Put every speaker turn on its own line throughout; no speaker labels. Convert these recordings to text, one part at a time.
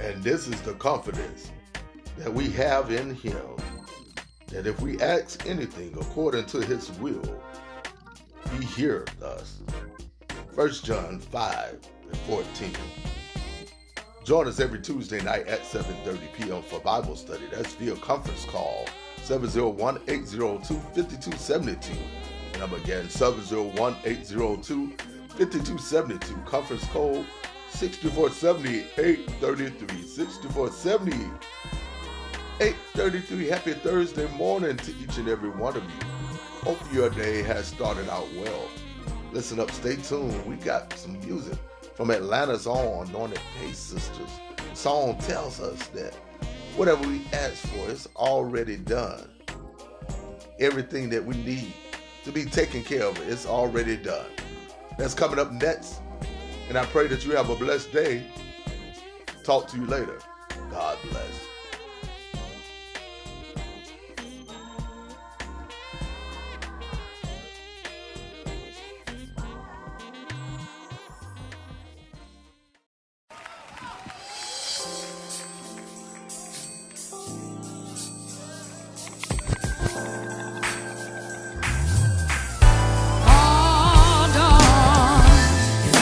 And this is the confidence that we have in Him that if we ask anything according to His will, He heareth us. 1 John 5 and 14. Join us every Tuesday night at 7.30 p.m. for Bible study. That's via conference call 701-802-5272. And I'm again 701-802-5272. Conference code 6470-833. 6470-833. Happy Thursday morning to each and every one of you. Hope your day has started out well. Listen up, stay tuned. We got some music from Atlanta's own Anointed Pace Sisters. The song tells us that whatever we ask for is already done. Everything that we need to be taken care of is already done. That's coming up next. And I pray that you have a blessed day. Talk to you later. God bless.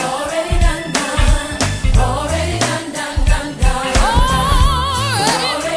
Already done, done, done, done. Already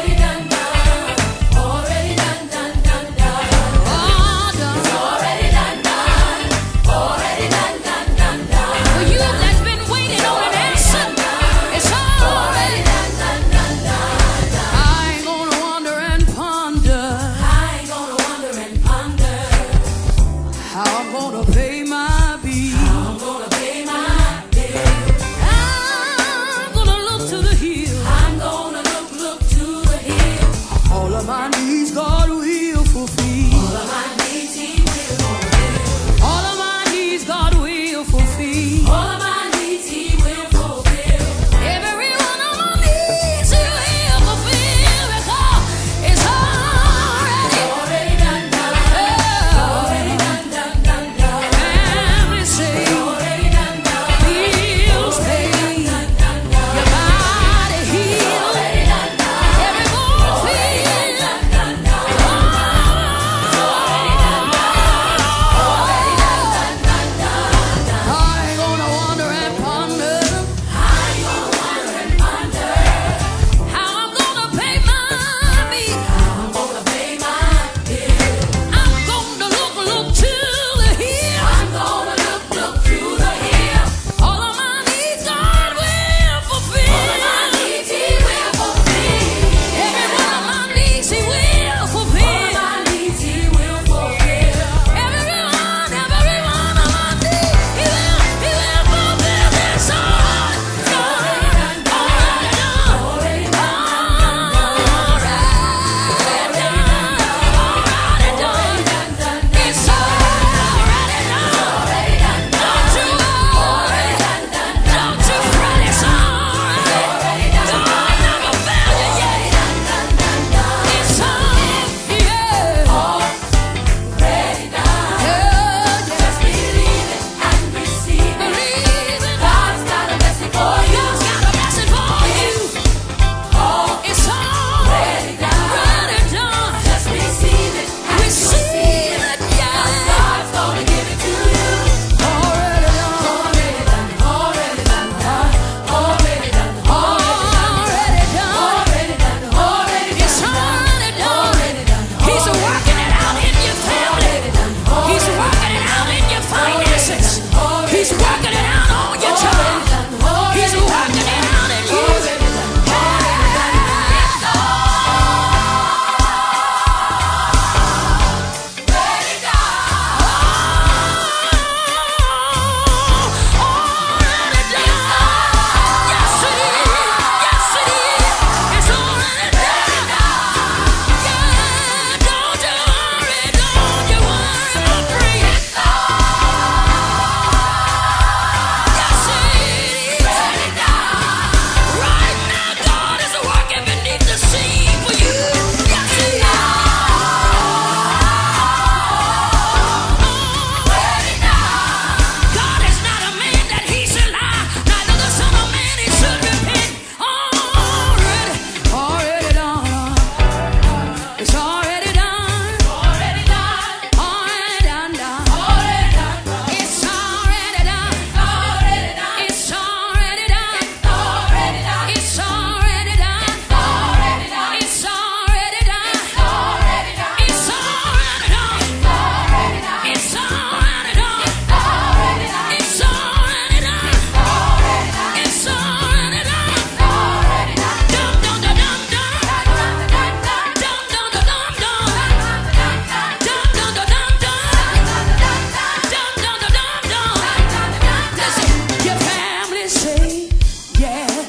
Eh,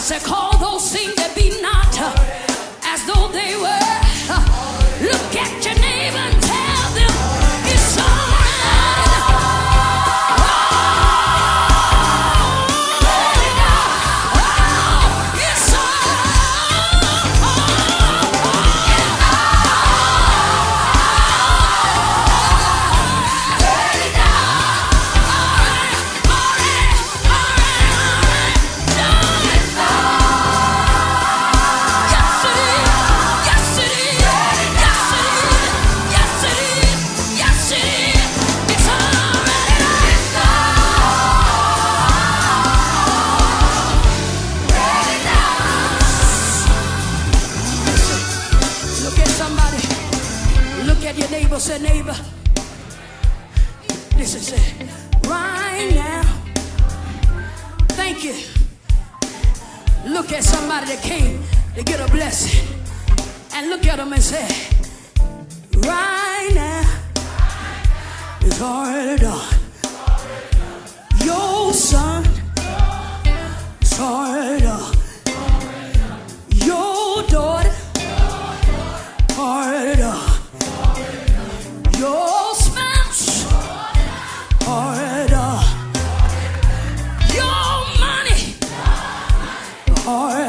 shall call those things that be not uh, as though they were. Uh, Look at your neighbor and tell them it's alright. It's alright. Yes it is. Yes it is. Yes it is. Yes it is. Yes it is. It's alright. It's Listen, Look at somebody. Look at your neighbor. Say, neighbor. Listen, say, right now. Thank you. Look at somebody that came to get a blessing. And look at them and say, right now, it's already done. Your son, it's already done. Your daughter, already done. Your spouse, already done. Your money, already